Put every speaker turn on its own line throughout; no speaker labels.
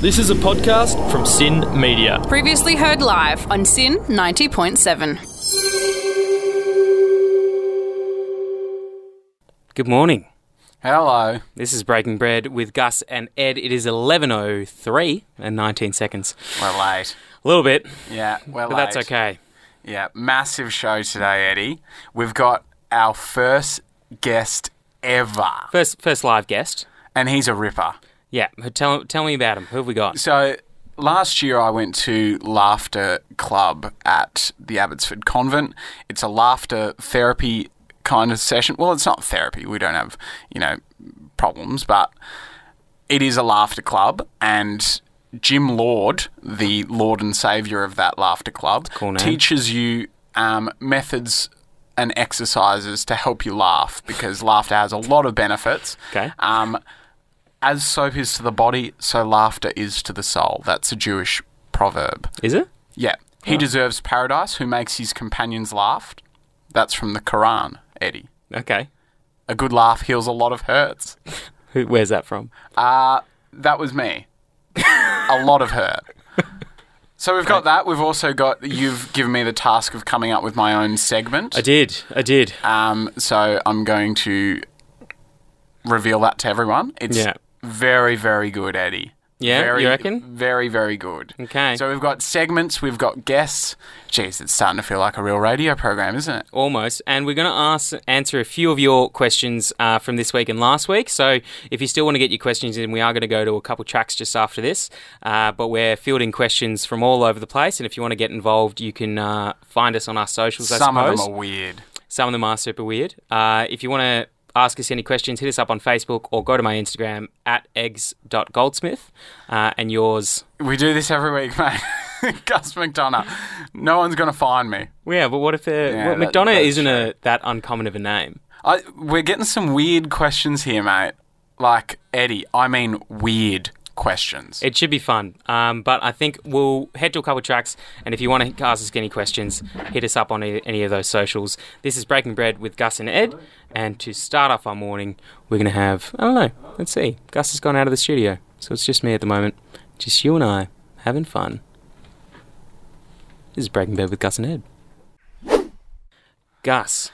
This is a podcast from Sin Media.
Previously heard live on Sin 90.7.
Good morning.
Hello.
This is Breaking Bread with Gus and Ed. It is 11:03 and 19 seconds.
We're late.
A little bit,
Yeah, we're
but
late.
that's okay.
Yeah, massive show today, Eddie. We've got our first guest ever,
First first live guest.
and he's a ripper.
Yeah, tell tell me about him. Who have we got?
So last year I went to Laughter Club at the Abbotsford Convent. It's a laughter therapy kind of session. Well, it's not therapy. We don't have, you know, problems, but it is a laughter club and Jim Lord, the Lord and Savior of that laughter club,
cool name.
teaches you um, methods and exercises to help you laugh because laughter has a lot of benefits.
Okay.
Um, as soap is to the body, so laughter is to the soul. That's a Jewish proverb.
Is it?
Yeah. He deserves paradise who makes his companions laugh. That's from the Quran, Eddie.
Okay.
A good laugh heals a lot of hurts. Uh,
Who, where's that from?
That was me. a lot of hurt. So we've got that. We've also got you've given me the task of coming up with my own segment.
I did. I did.
Um, so I'm going to reveal that to everyone. It's
Yeah.
very, very good, Eddie.
Yeah,
very,
you reckon?
Very, very good.
Okay.
So we've got segments, we've got guests. Jeez, it's starting to feel like a real radio program, isn't it?
Almost. And we're going to ask answer a few of your questions uh, from this week and last week. So if you still want to get your questions in, we are going to go to a couple tracks just after this. Uh, but we're fielding questions from all over the place. And if you want to get involved, you can uh, find us on our socials,
Some
I suppose.
of them are weird.
Some of them are super weird. Uh, if you want to ask us any questions, hit us up on Facebook or go to my Instagram at eggs.goldsmith. Uh, and yours.
We do this every week, mate. Gus McDonough. No one's going to find me.
Well, yeah, but what if uh, well,
that-
McDonough
that's
isn't a, that uncommon of a name?
I, we're getting some weird questions here, mate. Like, Eddie, I mean weird questions.
It should be fun. Um, but I think we'll head to a couple tracks. And if you want to ask us any questions, hit us up on e- any of those socials. This is Breaking Bread with Gus and Ed. And to start off our morning, we're going to have, I don't know, let's see. Gus has gone out of the studio. So it's just me at the moment. Just you and I having fun. This is Breaking Bread with Gus and Ed. Gus,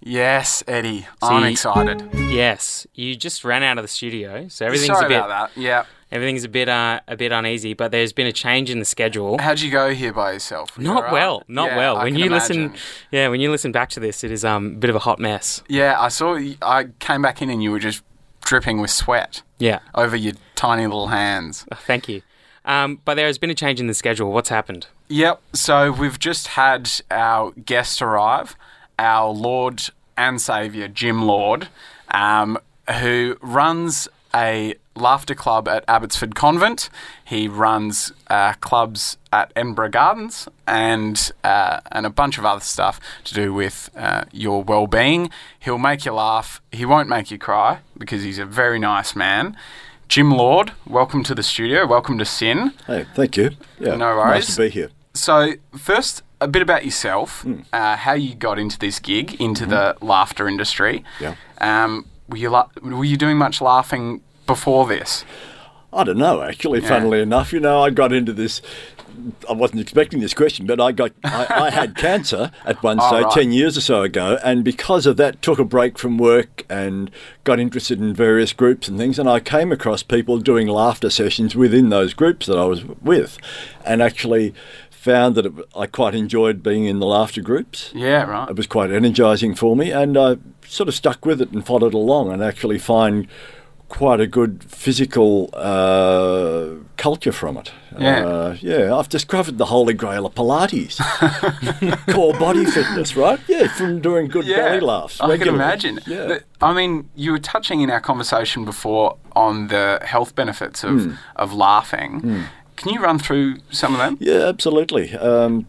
yes, Eddie, I'm
See-
excited.
yes, you just ran out of the studio, so everything's
Sorry
a bit
about that. Yeah.
everything's a bit uh, a bit uneasy. But there's been a change in the schedule.
How'd you go here by yourself? You
Not
alright?
well, not
Yeah,
well.
I
When
can
you listen,
imagine.
yeah, when you listen back to this, it is um, a bit of a hot mess.
Yeah, I saw. y- I came back in and you were just dripping with sweat
Yeah,
over your tiny little hands.
thank you. Um, but there has been a change in the schedule. What's happened?
Yep. So we've just had our guest arrive, our Lord and Savior Jim Lord, um, who runs a laughter club at Abbotsford Convent. He runs uh, clubs at Edinburgh Gardens and uh, and a bunch of other stuff to do with uh, your well-being. He'll make you laugh. He won't make you cry because he's a very nice man. Jim Lord, welcome to the studio. Welcome to Sin.
Hey, thank you. Yeah,
No worries.
Nice to be here.
So, first, a bit about yourself,
Hmm.
uh, how you got into this gig, into the laughter industry.
Yeah.
Um, were you la- were you doing much laughing before this?
I don't know, actually, funnily enough, you know, I got into this. I wasn't expecting this question, but I got I, I had cancer at one stage
right.
ten years or so ago, and because of that, took a break from work and got interested in various groups and things. And I came across people doing laughter sessions within those groups that I was with, and actually found that it, I quite enjoyed being in the laughter groups.
Yeah, right.
it was quite energizing for me, and I sort of stuck with it and followed along, and actually find quite a good physical uh, culture from it.
Yeah.
uh, yeah. I've discovered the holy grail of Pilates, core body fitness, right? Yeah, from doing good
Yeah,
belly laughs.
I can
regularly.
imagine.
Yeah.
The- I mean, you were touching in our conversation before on the health benefits of,
Hmm.
of laughing. Can you run through some of them?
Yeah, absolutely. Um,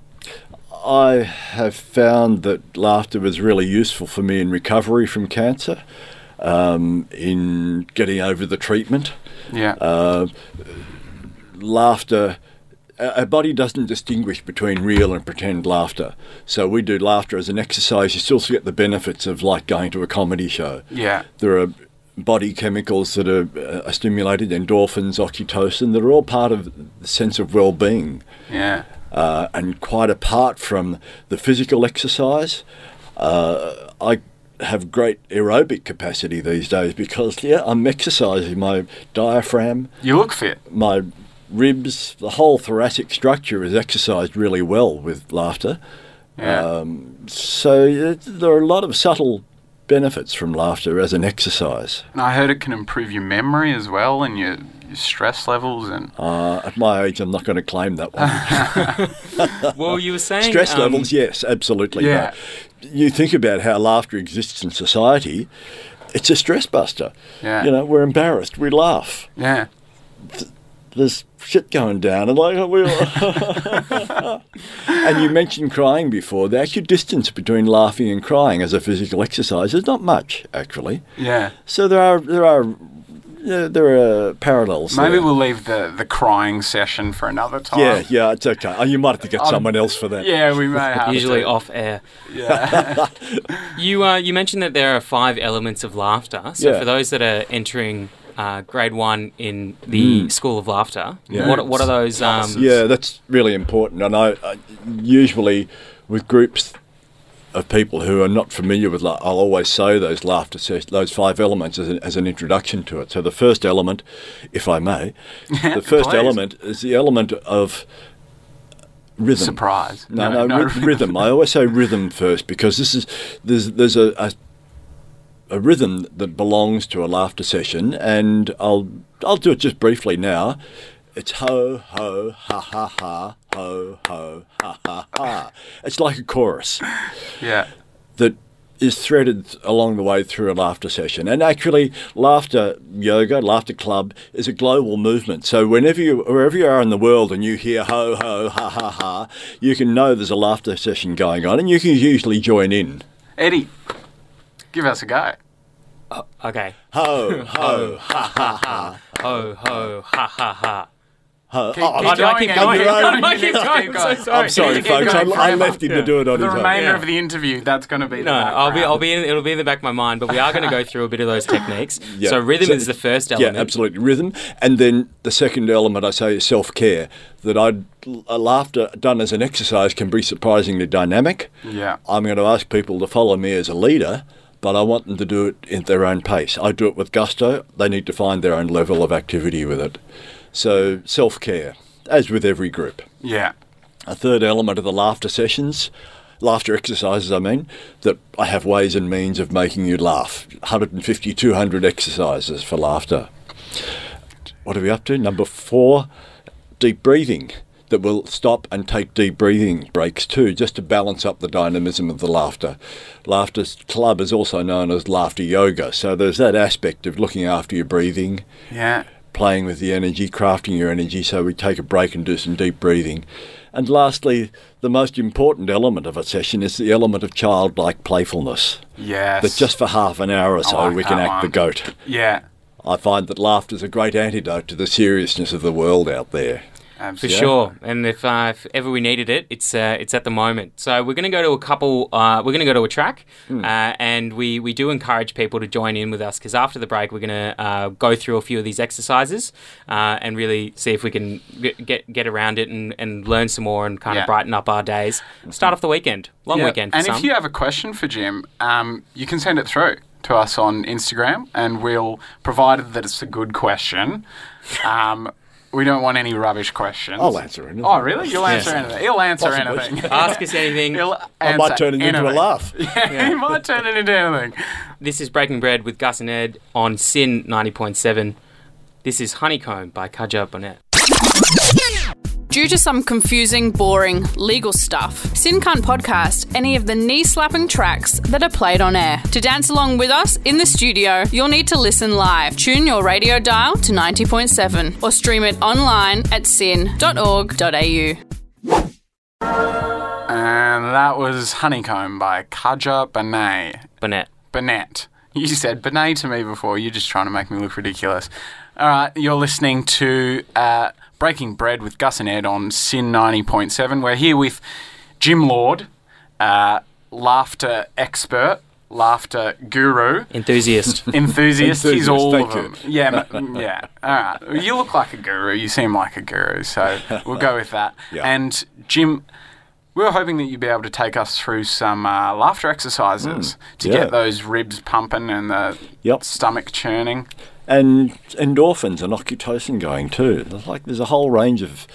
I have found that laughter was really useful for me in recovery from cancer, um, in getting over the treatment.
Yeah.
Uh, laughter. Our body doesn't distinguish between real and pretend laughter. So we do laughter as an exercise. You still get the benefits of like going to a comedy show.
Yeah.
There are body chemicals that are, uh, are stimulated, endorphins, oxytocin, that are all part of the sense of well being.
Yeah.
Uh, and quite apart from the physical exercise, uh, I have great aerobic capacity these days because, yeah, I'm exercising my diaphragm,
You look fit.
my ribs, the whole thoracic structure is exercised really well with laughter.
Yeah.
um, So yeah, there are a lot of subtle benefits from laughter as an exercise.
and I heard it can improve your memory as well and your, your stress levels and
Uh, at my age, I'm not going to claim that one.
Well, you were saying
Stress
um,
levels, yes, absolutely.
Yeah.
No. You think about how laughter exists in society. It's a stress buster.
Yeah.
You know, we're embarrassed. We laugh.
yeah.
There's shit going down, and like we. and you mentioned crying before. The actual distance between laughing and crying as a physical exercise is not much, actually.
Yeah.
So there are there are there, there are parallels.
Maybe
there.
we'll leave the, the crying session for another time.
Yeah, yeah, it's okay. Oh, you might have to get
I'm-
someone else for that.
Yeah, we may have
Usually
to.
off air.
Yeah.
You uh, you mentioned that there are five elements of laughter. So
Yeah.
for those that are entering uh, grade one in the School of Laughter,
Yeah.
what what are those? Um,
Yeah, that's really important. And I, I usually with groups of people who are not familiar with, la- I'll always say those laughter ses- those five elements as an, as an introduction to it. So the first element, if I may, the first
Please.
element is the element of rhythm.
Surprise.
No, no, ry- rhythm. I always say rhythm first because this is there's there's a, a a rhythm that belongs to a laughter session, and I'll I'll do it just briefly now. It's ho ho ha ha ha ho ho ha ha ha. It's like a chorus
Yeah.
that is threaded th- along the way through a laughter session. And actually, laughter yoga, laughter club, is a global movement. So whenever you, wherever you are in the world, and you hear ho ho ha ha ha, you can know there's a laughter session going on, and you can usually join in.
Eddie, give us a go.
Okay.
Ho ho
Ho ho ha ha ha.
ho.
Keep- keep
I'm-
Do Oh, I keep
Going,
going?
going, going.
Do I keep going?
Keep
I'm
going.
so sorry.
I'm sorry,
keep
folks. I,
going
I
forever.
left him to do it on
The
his own.
remainder
Yeah.
of the interview, that's going to be.
No, I'll be, I'll be, in, it'll be in the back of my mind, but we are going to go through a bit of those techniques.
Yeah.
So rhythm
So-
is the first
Yeah,
element.
absolutely. Rhythm. And then the second element I say is self care. That I'd, a laughter done as an exercise can be surprisingly dynamic.
Mm.
Yeah.
I'm going to ask people to follow me as a leader, but I want them to do it at their own pace. I do it with gusto. They need to find their own level of activity with it. So self care, as with every group.
Yeah.
A third element of the laughter sessions, laughter exercises, I mean, that I have ways and means of making you laugh. 150, 200 exercises for laughter. What are we up to? Number four, deep breathing. That will stop and take deep breathing breaks too, just to balance up the dynamism of the laughter. Laughter Club is also known as laughter yoga, so there's that aspect of looking after your breathing
Yeah.
playing with the energy, crafting your energy. So we take a break and do some deep breathing. And lastly, the most important element of a session is the element of childlike playfulness.
Yes.
That just for half an hour or so
like
we can
that
act the
one.
goat.
Yeah.
I find that laughter is a great antidote to the seriousness of the world out there.
For
Absolutely.
sure, and if, uh, if ever we needed it, it's uh, it's at the moment. So we're going to go to a couple. Uh, we're going to go to a track,
Hmm.
uh, and we, we do encourage people to join in with us because after the break, we're going to uh, go through a few of these exercises uh, and really see if we can get get, get around it and, and learn some more and kind
Yeah.
of brighten up our days. Start off the weekend, long
Yeah.
weekend. For
and
some.
if you have a question for Jim, um, you can send it through to us on Instagram, and we'll, provided that it's a good question, um, we don't want any rubbish questions.
I'll answer anything.
Oh, really? You'll answer anything. He'll answer
Possibly.
anything.
ask us anything.
He'll
I might
answer
turn it into a
anything.
laugh.
Yeah, he might turn it into anything.
This is Breaking Bread with Gus and Ed on Sin 90.7. This is Honeycomb by Kaja Bonnet.
Due to some confusing, boring legal stuff, Sin can't podcast any of the knee slapping tracks that are played on air. To dance along with us in the studio, you'll need to listen live. Tune your radio dial to 90.7 or stream it online at sin.org.au.
And that was Honeycomb by Kaja Benet.
Bonnet.
Burnett. You said Benet to me before. You're just trying to make me look ridiculous. All right, you're listening to uh, Breaking Bread with Gus and Ed on Sin 90.7. We're here with Jim Lord, uh, laughter expert, laughter guru.
Enthusiast.
Enthusiast, he's
Enthusiast,
all of
thank
them.
you.
Yeah, m- yeah. All right. Well, You look like a guru. You seem like a guru, so we'll go with that.
Yeah.
And Jim, we were hoping that you'd be able to take us through some uh, laughter exercises to
Mm, yeah.
get those ribs pumping and the
Yep.
stomach churning.
and endorphins and oxytocin going too. There's like there's a whole range of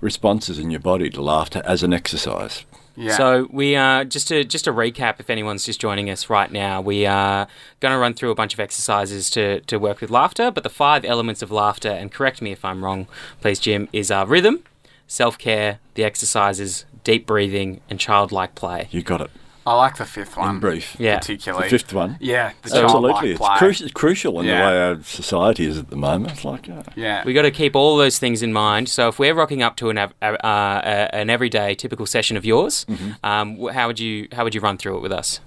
responses in your body to laughter as an exercise.
Yeah.
So we are just to just to recap, if anyone's just joining us right now, we are going to run through a bunch of exercises to to work with laughter. But the five elements of laughter, and correct me if I'm wrong, please, Jim, is uh, rhythm, self care, the exercises, deep breathing, and childlike play.
You got it.
I like the fifth one.
brief.
Yeah.
Particularly.
The fifth one.
Yeah. The
Absolutely,
childlike
it's
play.
cru- crucial in
Yeah.
the way our society is at the moment. It's like uh,
Yeah.
We got to keep all those things in mind. So if we're rocking up to an av- uh, uh, an everyday typical session of yours,
Mm-hmm.
um, wh- how would you how would you run through it with us?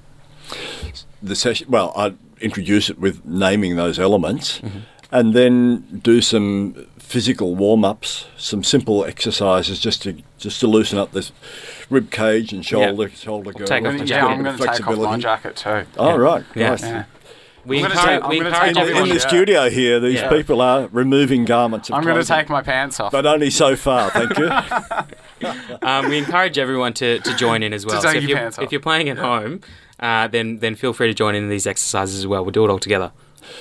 the session. Well, I'd introduce it with naming those elements, and then do some physical warm ups, some simple exercises just to just to loosen up this rib cage and shoulder shoulder
We'll take
girdle.
off
Just
the
a
yeah,
bit
I'm going
of
to take off my
flexibility.
jacket too.
Oh right,
Yeah.
nice.
Yeah. We
I'm gonna
encourage,
take- I'm
we
gonna
encourage
take-
In,
everyone
in the
Yeah.
studio here, these
Yeah.
people are removing garments. Of
I'm going to
clothing.
take my pants off.
but uh, only so far. Thank you.
um, we encourage everyone to, to join in as well.
take
if,
your
you're,
pants off.
if you're playing at home, uh, then then feel free to join in these exercises as well. We'll do it all together.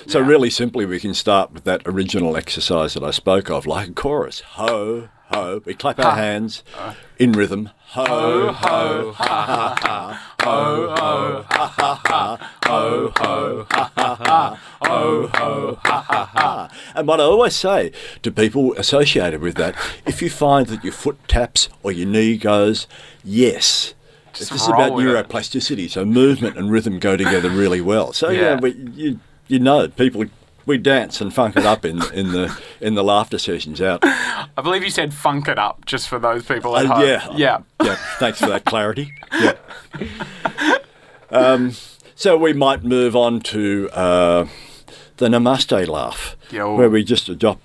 So really simply, we can start with that original exercise that I spoke of, like a chorus: ho ho. We clap our hands in rhythm. Ho ho ha And what I always say to people associated with that, if you find that your foot taps or your knee goes, yes. this is
roll
about
with it.
neuroplasticity, so movement and rhythm go together really well. So yeah,
Yeah.
we, you you know people we dance and funk it up in in the in the laughter sessions out.
I believe you said funk it up just for those people at
Uh,
home.
yeah.
Uh-huh. Yeah.
yeah. Thanks for that clarity. Yeah. Um, so we might move on to uh, the namaste laugh,
Yo.
where we just adopt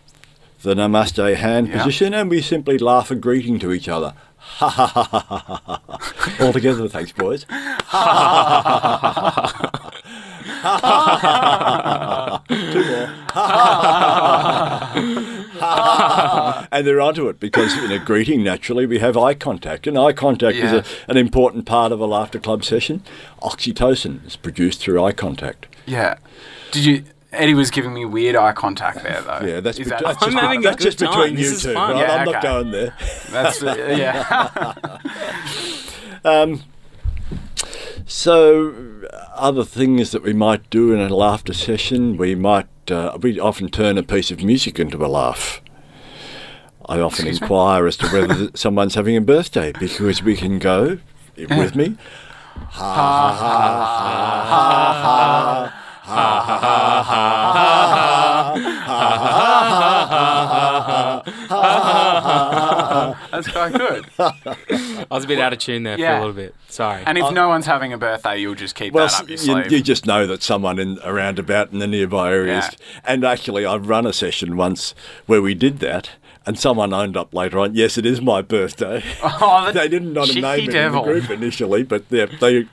the namaste hand
oh. Yeah.
position and we simply laugh a greeting to each other. Ha ha ha ha ha ha ha. All together, thanks, boys. and they're onto it because in a greeting, naturally, we have eye contact, and eye contact is
Yeah.
a, an important part of a laughter club session. Oxytocin is produced through eye contact.
Yeah. Did you? Eddie was giving me weird eye contact there, though.
Yeah, that's,
Is
bet-
that-
that's just,
I'm having a
that's
good
just
time.
between
This
you
is
two.
fun.
Right?
Yeah,
I'm not
okay.
going there.
That's the, yeah.
So, uh, other things that we might do in a laughter session, we might uh, we often turn a piece of music into a laugh. I often inquire as to whether th- someone's having a birthday because we can go i- with me.
That's quite good.
I was a bit out of tune there for
Yeah.
a little bit. Sorry.
And if no one's having a birthday, you'll just keep
Well,
that
s-
up your
you,
sleeve.
you just know that someone in around about in the nearby areas.
Yeah.
And actually, I've run a session once where we did that, and someone owned up later on. Yes, it is my birthday.
Oh, the
they didn't not
cheeky
name it
devil.
in the group initially, but they, they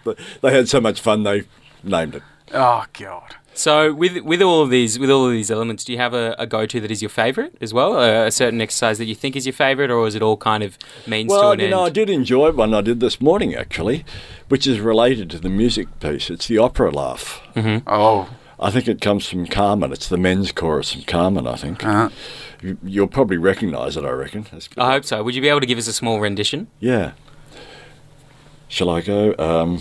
they had so much fun they named it.
oh god.
so with with all of these with all of these elements, do you have a, a go to that is your favourite as well? A, a certain exercise that you think is your favourite, or is it all kind of means to
Well,
an
you
end?
know, I did enjoy one I did this morning actually, which is related to the music piece. It's the opera laugh.
Oh.
I think it comes from Carmen. It's the men's chorus from Carmen. I think
Uh,
you, you'll probably recognise it. I reckon. It's-
I hope so. Would you be able to give us a small rendition?
Yeah. Shall I go? Um,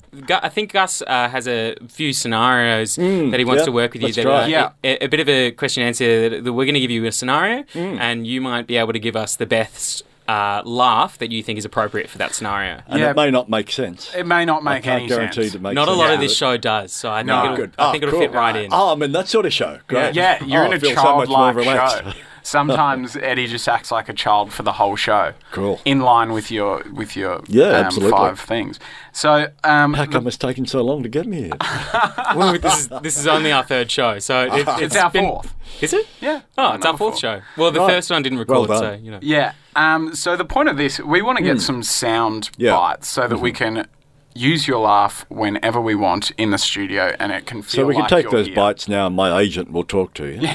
Gu- I think Gus uh, has a few scenarios that he wants
Hmm, yeah,
to work with you.
let's
That
try
are
it.
Yeah.
a, a
Hmm.
bit of a question and answer. That that we're going to give you a scenario, and you might be able to give us the best. uh, laugh that you think is appropriate for that scenario.
and
Yeah.
it may not make sense.
It may not
I
make
can't
any
guarantee
sense.
it makes
Not a
sense.
lot of this show does, so I think
No.
it'll,
Good.
I
Oh,
think it'll
cool.
fit right in.
Oh, I'm in that sort of show. Great.
Yeah, you're
Oh,
in
I
a
feel so much more
childlike
relaxed.
show. Sometimes Eddie just acts like a child for the whole show.
Cool.
In line with your with your
Yeah,
um,
absolutely.
five things. So um,
How come it's taken so long to get me here?
Well, this is this is only our third show, so it, it's,
it's our
been-
fourth.
Is it?
Yeah.
Oh, it's our
Number
fourth
four.
show. Well, the
Right.
first one didn't record,
Well
so
done.
you know.
Yeah. Um, so the point of this, we want to get some sound
Hmm. Yeah. Mm-hmm.
bites so that we can use your laugh whenever we want in the studio, and it can feel
So we can
like
take
you're
those
here.
bites now, and my agent will talk to you.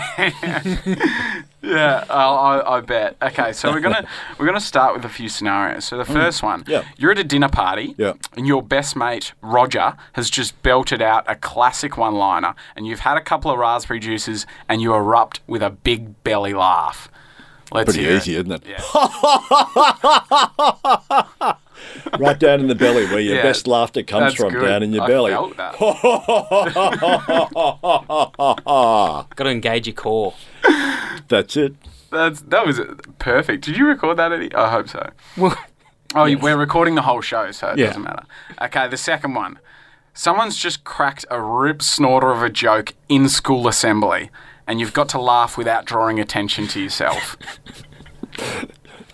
Yeah, I'll, I, I bet. Okay, so we're gonna we're gonna start with a few scenarios. So the first one,
Mm. Yeah.
you're at a dinner party,
Yeah.
and your best mate Roger has just belted out a classic one-liner, and you've had a couple of raspberry juices, and you erupt with a big belly laugh. Let's
Pretty
hear it.
easy, isn't it?
Yeah.
Right down in the belly where your
Yeah.
best laughter comes
That's
from,
good.
down in your
I
belly.
felt that.
Got to engage your core.
That's it.
That's that was perfect. Did you record that, Eddie? I hope so. Oh, you we're recording the whole show, so it
Yeah.
doesn't matter. Okay, the second one. Someone's just cracked a rip snorter of a joke in school assembly, and you've got to laugh without drawing attention to yourself.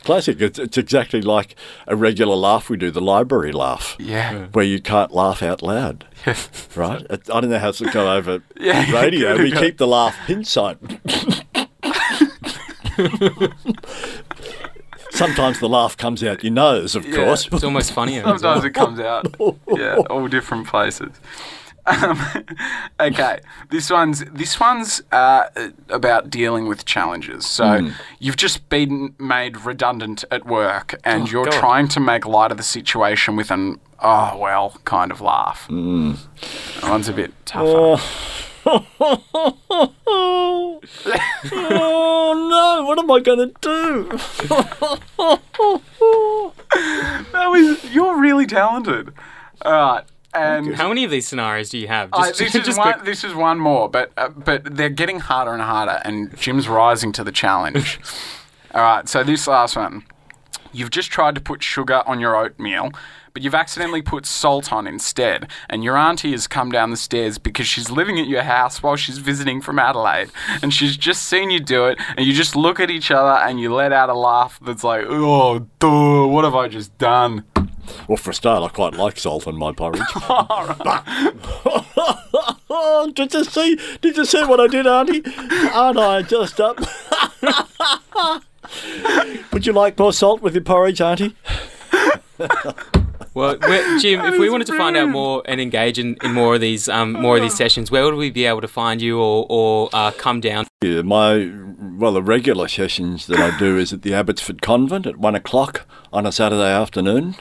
Classic. It's, it's exactly like a regular laugh we do, the library laugh.
Yeah.
Where you can't laugh out loud. Right? It, I don't know how it's gone over
Yeah.
radio. We keep the laugh pin sight. Sometimes the laugh comes out your nose, of course.
It's almost funnier. as well.
Sometimes it comes out. Yeah, all different places. Um, okay, this one's this one's uh, about dealing with challenges. So you've just been made redundant at work, and you're
God.
trying to make light of the situation with an "oh well" kind of laugh. That one's a bit tougher.
oh no, what am I going to do?
That was you're really talented. All right, and
How many of these scenarios do you have?
I- Uh, this is
quick-
one. This is one more, but uh, but they're getting harder and harder, and Jim's rising to the challenge. All right, so this last one, you've just tried to put sugar on your oatmeal, but you've accidentally put salt on instead, and your auntie has come down the stairs because she's living at your house while she's visiting from Adelaide, and she's just seen you do it, and you just look at each other and you let out a laugh that's like, oh, duh, what have I just done?
Well, for a start, I quite like salt on my porridge. But- did you see? Did you see what I did, Auntie? Aren't I just up? Would you like more salt with your porridge, Auntie?
Well, we're- Jim, if we wanted to find out more and engage in, in more of these um, more of these sessions, where would we be able to find you or, or uh, come down?
Yeah, my well, the regular sessions that I do is at the Abbotsford Convent at one o'clock on a Saturday afternoon.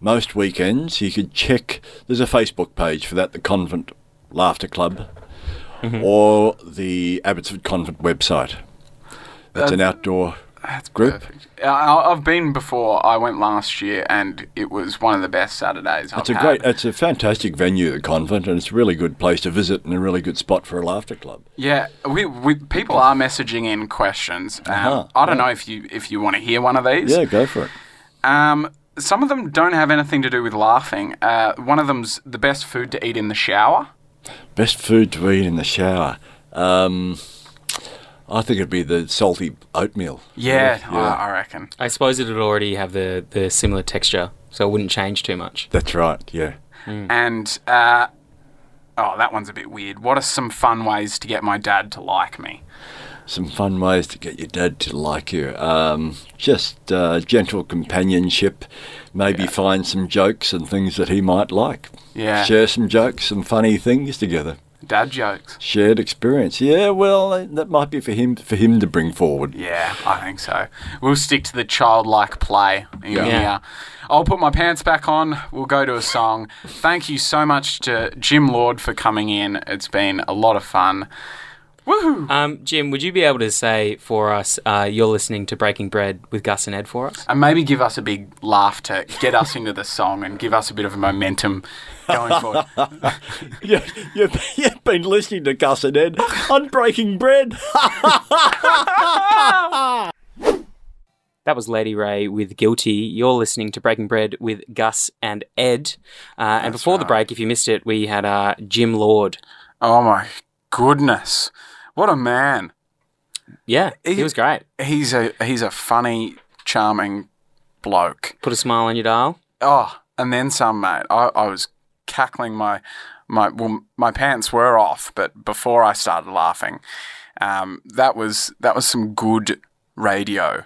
Most weekends, you could check. There's a Facebook page for that, the Convent Laughter Club, or the Abbotsford Convent website. That's an outdoor group.
Perfect. I, I've been before. I went last year, and it was one of the best Saturdays.
It's a
I've
great, uh,
had.
it's a fantastic venue, the convent, and it's a really good place to visit and a really good spot for a laughter club.
Yeah, we, we people are messaging in questions. Um,
Uh-huh,
I don't know if you if you want to hear one of these.
Yeah, go for it.
Um, some of them don't have anything to do with laughing. Uh, one of them's the best food to eat in the shower.
Best food to eat in the shower. Um, I think it'd be the salty oatmeal.
Yeah,
yeah.
I, I reckon.
I suppose it would already have the, the similar texture, so it wouldn't change too much.
That's right. Yeah.
And uh, oh, that one's a bit weird. What are some fun ways to get my dad to like me?
Some fun ways to get your dad to like you. Um, just uh, gentle companionship. Maybe find some jokes and things that he might like.
Yeah.
Share some jokes, some funny things together.
Dad jokes.
Shared experience. Yeah. Well, that might be for him for him to bring forward.
Yeah, I think so. We'll stick to the childlike play in
Yeah.
here. I'll put my pants back on. We'll go to a song. Thank you so much to Jim Lord for coming in. It's been a lot of fun. Woohoo!
Um, Jim, would you be able to say for us uh, you're listening to Breaking Bread with Gus and Ed for us?
And maybe give us a big laugh to get us into the song and give us a bit of momentum going forward.
You, you've, you've been listening to Gus and Ed on Breaking Bread.
That was Lady Ray with Guilty. You're listening to Breaking Bread with Gus and Ed. Uh, and before the break, if you missed it, we had uh, Jim Lord.
Oh my goodness. What a man.
Yeah, he was great.
He's a he's a funny, charming bloke.
Put a smile on your dial.
Oh, and then some, mate. I, I was cackling my my well, my pants were off, but before I started laughing, um, that was that was some good radio,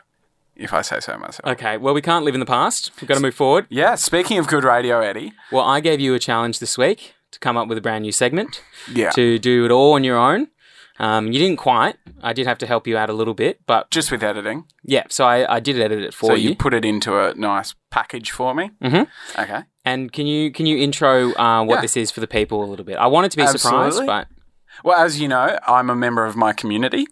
if I say so myself.
Okay, well, we can't live in the past. We've got to move forward.
Yeah. Speaking of good radio, Eddie.
Well, I gave you a challenge this week to come up with a brand new segment.
Yeah.
To do it all on your own. Um, you didn't quite. I did have to help you out a little bit, but
Just with editing,
yeah. So I, I did edit it for
so
you.
you put it into a nice package for me. Mm-hmm. Okay.
and can you can you intro uh, what
Yeah.
this is for the people a little bit? I wanted to be surprised,
Absolutely.
but
Well, as you know, I'm a member of my community.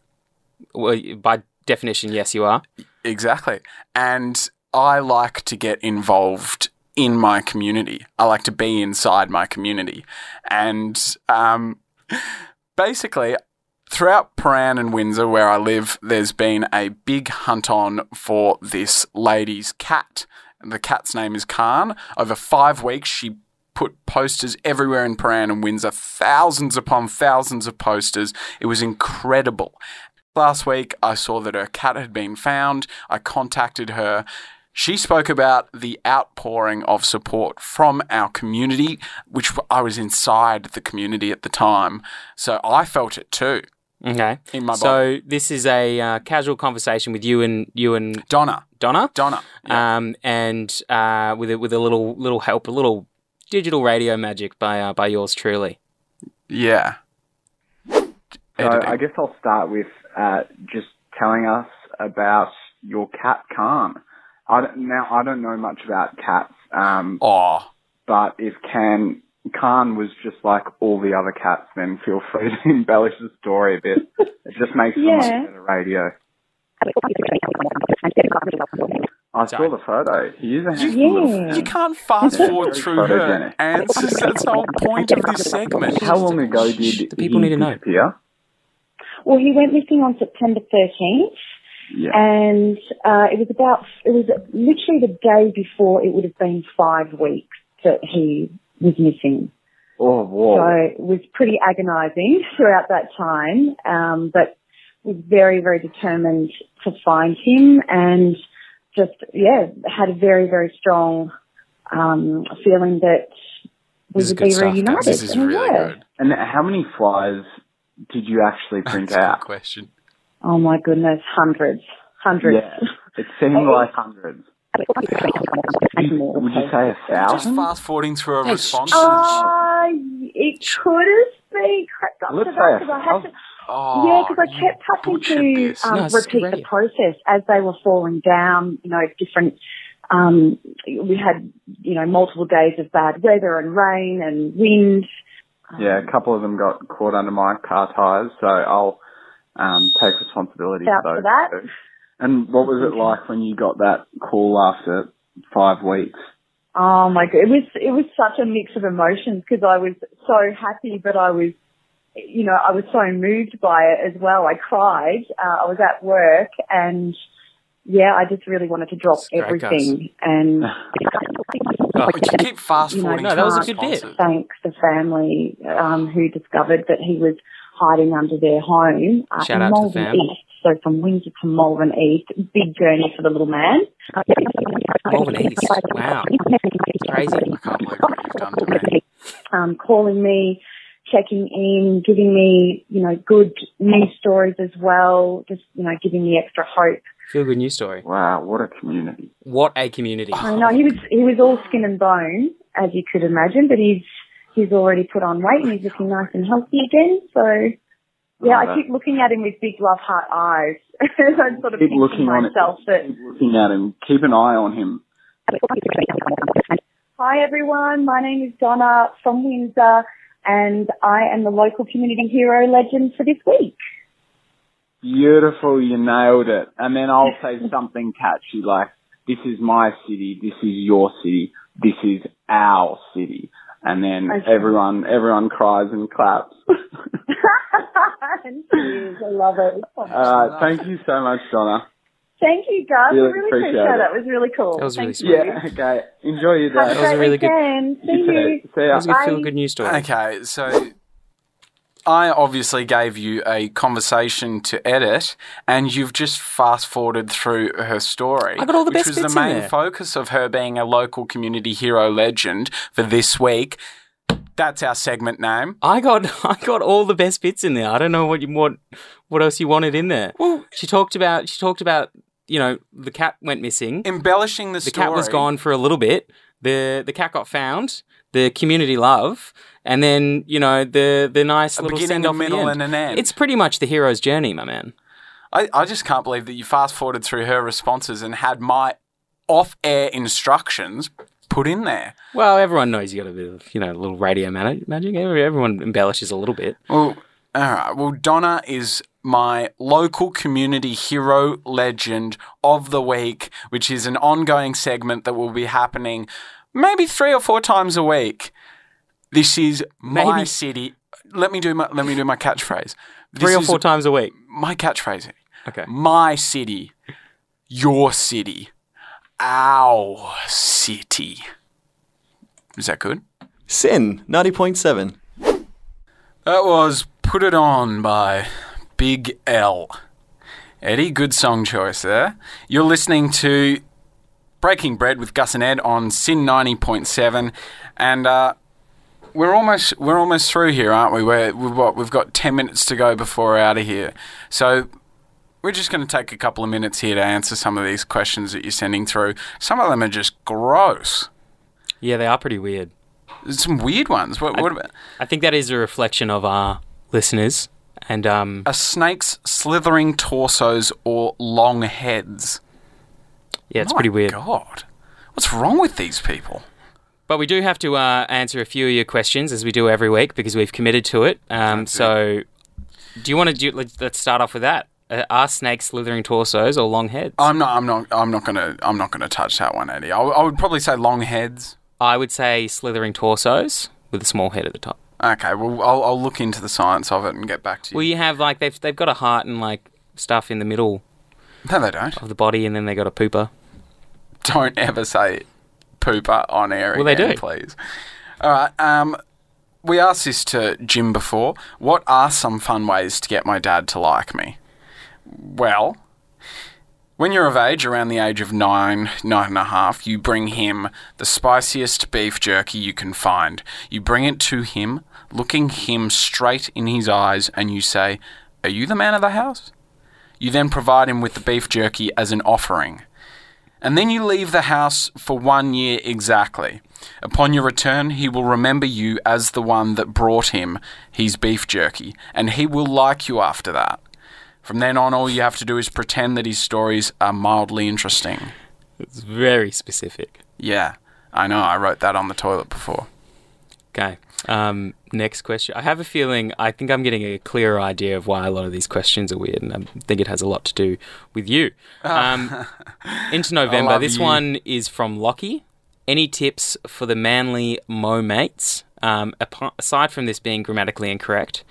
well, by definition, yes, you are.
Exactly. And I like to get involved in my community. I like to be inside my community. And um, basically, throughout Paran and Windsor, where I live, there's been a big hunt on for this lady's cat. The cat's name is Khan. Over five weeks, she put posters everywhere in Paran and Windsor, thousands upon thousands of posters. It was incredible. Last week, I saw that her cat had been found. I contacted her. She spoke about the outpouring of support from our community, which I was inside the community at the time. So I felt it too.
Okay.
In my
so this is a uh, casual conversation with you and you and
Donna.
Donna.
Donna.
Um, and uh, with a, with a little little help, a little digital radio magic by uh, by yours truly.
Yeah.
So I guess I'll start with uh, just telling us about your cat Khan. I don't, now I don't know much about cats, um,
Oh,
but if Can Khan was just like all the other cats, then feel free to embellish the story a bit. It just makes so much
Yeah.
better radio. I
Sorry.
saw the photo. He is a handsome little
Yeah.
you can't fast forward
Very
through her
photogenic.
answers. That's the whole point of this segment.
How long ago did
The people
he
need to know.
disappear?
Well, he went missing on September 13th,
Yeah.
and uh, it was about, it was literally the day before it would have been five weeks that he was missing.
oh, whoa.
So it was pretty agonising throughout that time, um, but was very, very determined to find him and just, yeah, had a very, very strong um, feeling that we
This is
would
good
be
stuff, guys.
reunited.
This is
And
really
yeah.
good.
and how many flies did you actually print
That's a
out?
good question.
Oh my goodness, hundreds, hundreds.
Yeah. It seemed like hundreds.
And more.
Would you say a
Just
thousand?
fast forwarding through a response.
Uh, it could have been crept up
Let's
to that
say
because I had to.
Oh,
Yeah, because I
you
kept having
butchered
to
this.
um,
No, it's
repeat
great.
the process as they were falling down. You know, different. Um, we had you know multiple days of bad weather and rain and wind.
Yeah, a couple of them got caught under my car tires, so I'll um, take responsibility
Out
for
for
those.
that.
two. And what was it like when you got that call after five weeks?
Oh my god, it was it was such a mix of emotions because I was so happy, but I was, you know, I was so moved by it as well. I cried. Uh, I was at work, and yeah, I just really wanted to drop
great,
everything and
But you keep fast
you know,
forwarding.
No, that was a
through
good bit.
responses.
thank the family um, who discovered that he was hiding under their home uh,
Shout
in
out to the
Malvern
fam.
East. So from Windsor to Malvern East, big journey for the little man.
Malvern East. Wow. Crazy.
I can't believe what you've done to me.
um, calling me, checking in, giving me, you know, good news stories as well, just, you know, giving me extra hope.
Feel good news story.
Wow, what a community.
What a community.
Oh,
I know he was, he was all skin and bone, as you could imagine, but he's, he's already put on weight and he's looking nice and healthy again. So, yeah, I
Love
keep looking at him with big love heart eyes. I'm sort of
Keep
thinking
looking on it.
myself that,
Keep looking at him, keep an eye on him.
Hi everyone, my name is Donna from Windsor and I am the local community hero legend for this week.
Beautiful, you nailed it. And then I'll say something catchy like, this is my city, this is your city, this is our city. And then
Okay.
everyone, everyone cries and claps.
And cheers. I love it.
Uh, All right, thank you so much, Donna.
Thank you, guys.
Really
I really
appreciate
appreciate
it.
that. That was really cool.
That was really
Thank
sweet.
you.
Yeah, okay. Enjoy your
Have a
day.
was
great
really good.
weekend. See you.
See
That
ya.
was a good
Bye.
feel good news story.
Okay, so I obviously gave you a conversation to edit, and you've just fast forwarded through her story.
I got all the
which
best
was
bits in
the main
there.
focus of her being a local community hero legend for this week. That's our segment name.
I got I got all the best bits in there. I don't know what you what what else you wanted in there. she talked about she talked about you know the cat went missing.
Embellishing the,
the
story.
cat was gone for a little bit. the The cat got found. The community love, and then you know the the nice
A
little
beginning,
send
a
off
middle, and an end.
It's pretty much the hero's journey, my man.
I, I just can't believe that you fast forwarded through her responses and had my off air instructions put in there.
Well, everyone knows you got a bit of you know a little radio mana- magic. Every- Everyone embellishes a little bit.
Well, all right. Well, Donna is my local community hero legend of the week, which is an ongoing segment that will be happening maybe three or four times a week. This is my
Maybe.
city. Let me do my let me do my catchphrase. This
Three or
is
four times a week.
My catchphrase.
Okay.
My city, your city, our city. Is that good?
Sin 90.7.
That was Put It On by Big L. Eddie, good song choice there. You're listening to Breaking Bread with Gus and Ed on Sin 90.7 and uh, we're almost we're almost through here, aren't we? We're, we've what we've got 10 minutes to go before we're out of here. So we're just going to take a couple of minutes here to answer some of these questions that you're sending through. Some of them are just gross.
Yeah, they are pretty weird.
There's some weird ones. What, what about
I think that is a reflection of our listeners. And um,
Are snakes slithering torsos or long heads?
yeah, it's
My
pretty weird.
God, what's wrong with these people?
But we do have to uh, answer a few of your questions as we do every week because we've committed to it. Um, so, do you want to do? Let's, let's start off with that. Uh, are snakes slithering torsos or long heads?
I'm not. I'm not. I'm not gonna. I'm not gonna touch that one, Eddie. I, w- I would probably say long heads.
I would say slithering torsos with a small head at the top.
Okay. Well, I'll, I'll look into the science of it and get back to you.
Well, you have like they've they've got a heart and like stuff in the middle
no, they don't.
of the body, and then they got a pooper.
Don't ever say pooper on air.
Well, they
again,
do.
Please. All right. Um, we asked this to Jim before. What are some fun ways to get my dad to like me? Well, When you're of age, around the age of nine, nine and a half, you bring him the spiciest beef jerky you can find. You bring it to him, looking him straight in his eyes, and you say, Are you the man of the house? You then provide him with the beef jerky as an offering. And then you leave the house for one year exactly. Upon your return, he will remember you as the one that brought him his beef jerky, and he will like you after that. From then on, all you have to do is pretend that his stories are mildly interesting.
It's very specific.
Yeah, I know, I wrote that on the toilet before.
Okay. Um, next question. I have a feeling. I think I'm getting a clearer idea of why a lot of these questions are weird, and I think it has a lot to do with you. Um, into November.
Ah. love
This
you.
one is from Lockie. Any tips for the manly mo mates? Um, apa- aside from this being grammatically incorrect,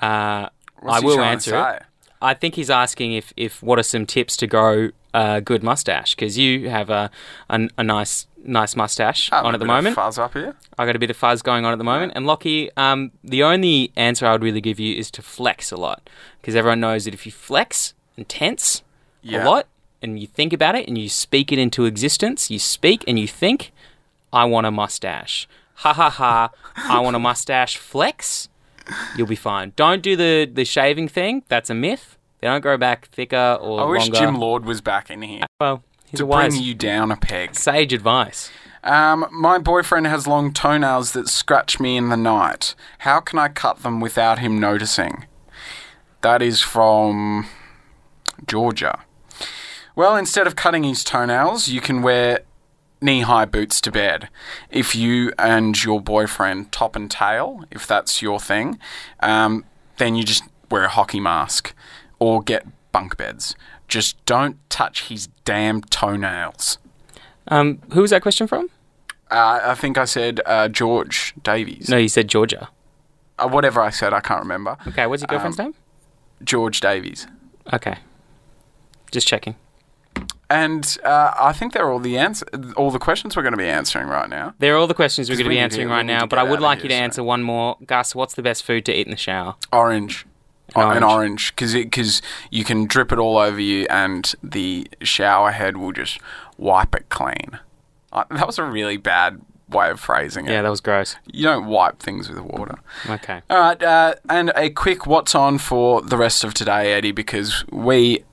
uh, I
he
will
trying to
answer
say?
it. I think he's asking if, if what are some tips to grow a good mustache because you have a, a a nice nice mustache
Having
on
a
at the
bit of
moment.
Fuzz up here.
I got a bit of fuzz going on at the moment. And Lockie, um, the only answer I would really give you is to flex a lot because everyone knows that if you flex and tense
Yeah.
a lot and you think about it and you speak it into existence, you speak and you think, I want a mustache. Ha ha ha, I want a mustache. Flex, you'll be fine. Don't do the, the shaving thing. That's a myth. They don't grow back thicker or
I
longer.
wish Jim Lord was back in here
Well, he's
to
a wise
bring you down a peg.
sage advice.
Um, my boyfriend has long toenails that scratch me in the night. How can I cut them without him noticing? That is from Georgia. Well, instead of cutting his toenails, you can wear knee high boots to bed. If you and your boyfriend top and tail, if that's your thing, um, then you just wear a hockey mask or get bunk beds. Just don't touch his damn toenails.
Um, who was that question from?
Uh, I think I said uh, George Davies.
No, you said Georgia.
Uh, whatever I said, I can't remember. Um,
Okay, what's your girlfriend's name?
George Davies.
Okay. Just checking.
And uh, I think they're all the answer, all the questions we're going to be answering right now.
There are all the questions we're going to
we
be
need to-
answering
we
right
need to
now, but
get
I
out
would
of
like
here
you to
soon.
answer one more. Gus, what's the best food to eat in the shower?
Orange. Uh,
orange.
An orange, because you can drip it all over you, and the shower head will just wipe it clean. Uh, that was a really bad way of phrasing it.
Yeah, that was gross.
you don't wipe things with water.
Okay.
All right, uh, and a quick what's on for the rest of today, Eddie, because we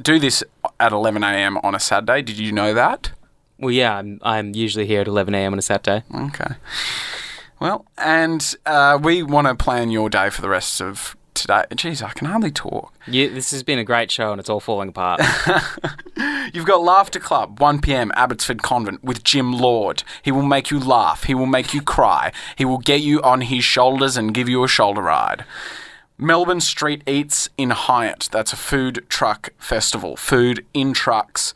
do this at 11 a.m. on a Saturday. Did you know that?
Well, yeah, I'm, I'm usually here at 11 a.m. on a Saturday.
Okay. Well, and uh, we want to plan your day for the rest of today. Jeez, I can hardly talk.
You, this has been a great show, and it's all falling apart.
You've got Laughter Club, 1 p.m., Abbotsford Convent, with Jim Lord. He will make you laugh. He will make you cry. He will get you on his shoulders and give you a shoulder ride. Melbourne Street Eats in Hyatt. That's a food truck festival. Food in trucks.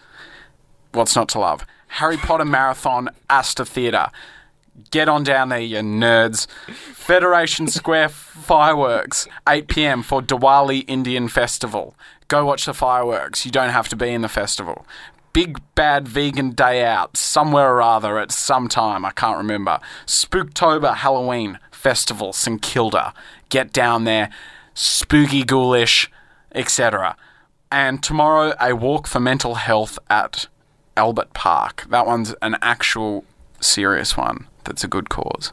What's not to love? Harry Potter Marathon, Astor Theatre. Get on down there, you nerds. Federation Square fireworks, 8 p.m. for Diwali Indian Festival. Go watch the fireworks. You don't have to be in the festival. Big Bad Vegan Day Out, somewhere or other at some time, I can't remember. Spooktober Halloween Festival, St Kilda. Get down there. Spooky Ghoulish, etc. And tomorrow, a walk for mental health at Albert Park. That one's an actual serious one that's a good cause.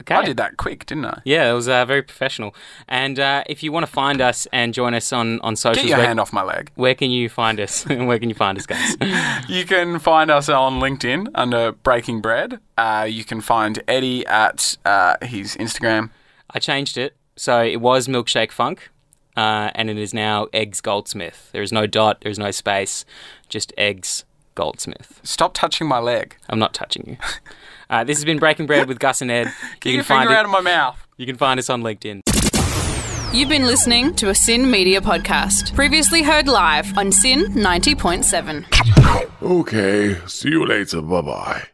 Okay.
I did that quick, didn't I?
Yeah, it was uh, very professional. And uh, if you want to find us and join us on, on socials,
Get your
where,
hand off my leg.
where can you find us? where can you find us, guys?
You can find us on LinkedIn under Breaking Bread. Uh, you can find Eddie at uh, his Instagram.
I changed it. So it was Milkshake Funk, uh, and it is now Eggs Goldsmith. There is no dot, there is no space, just Eggs Goldsmith.
Stop touching my leg.
I'm not touching you. Uh, this has been Breaking Bread with Gus and Ed.
Get
you
your
can find
finger
it,
out of my mouth.
You can find us on LinkedIn.
You've been listening to a Sin Media podcast, previously heard live on Sin 90.7.
Okay, see you later. Bye bye.